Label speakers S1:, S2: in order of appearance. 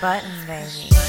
S1: buttons, baby.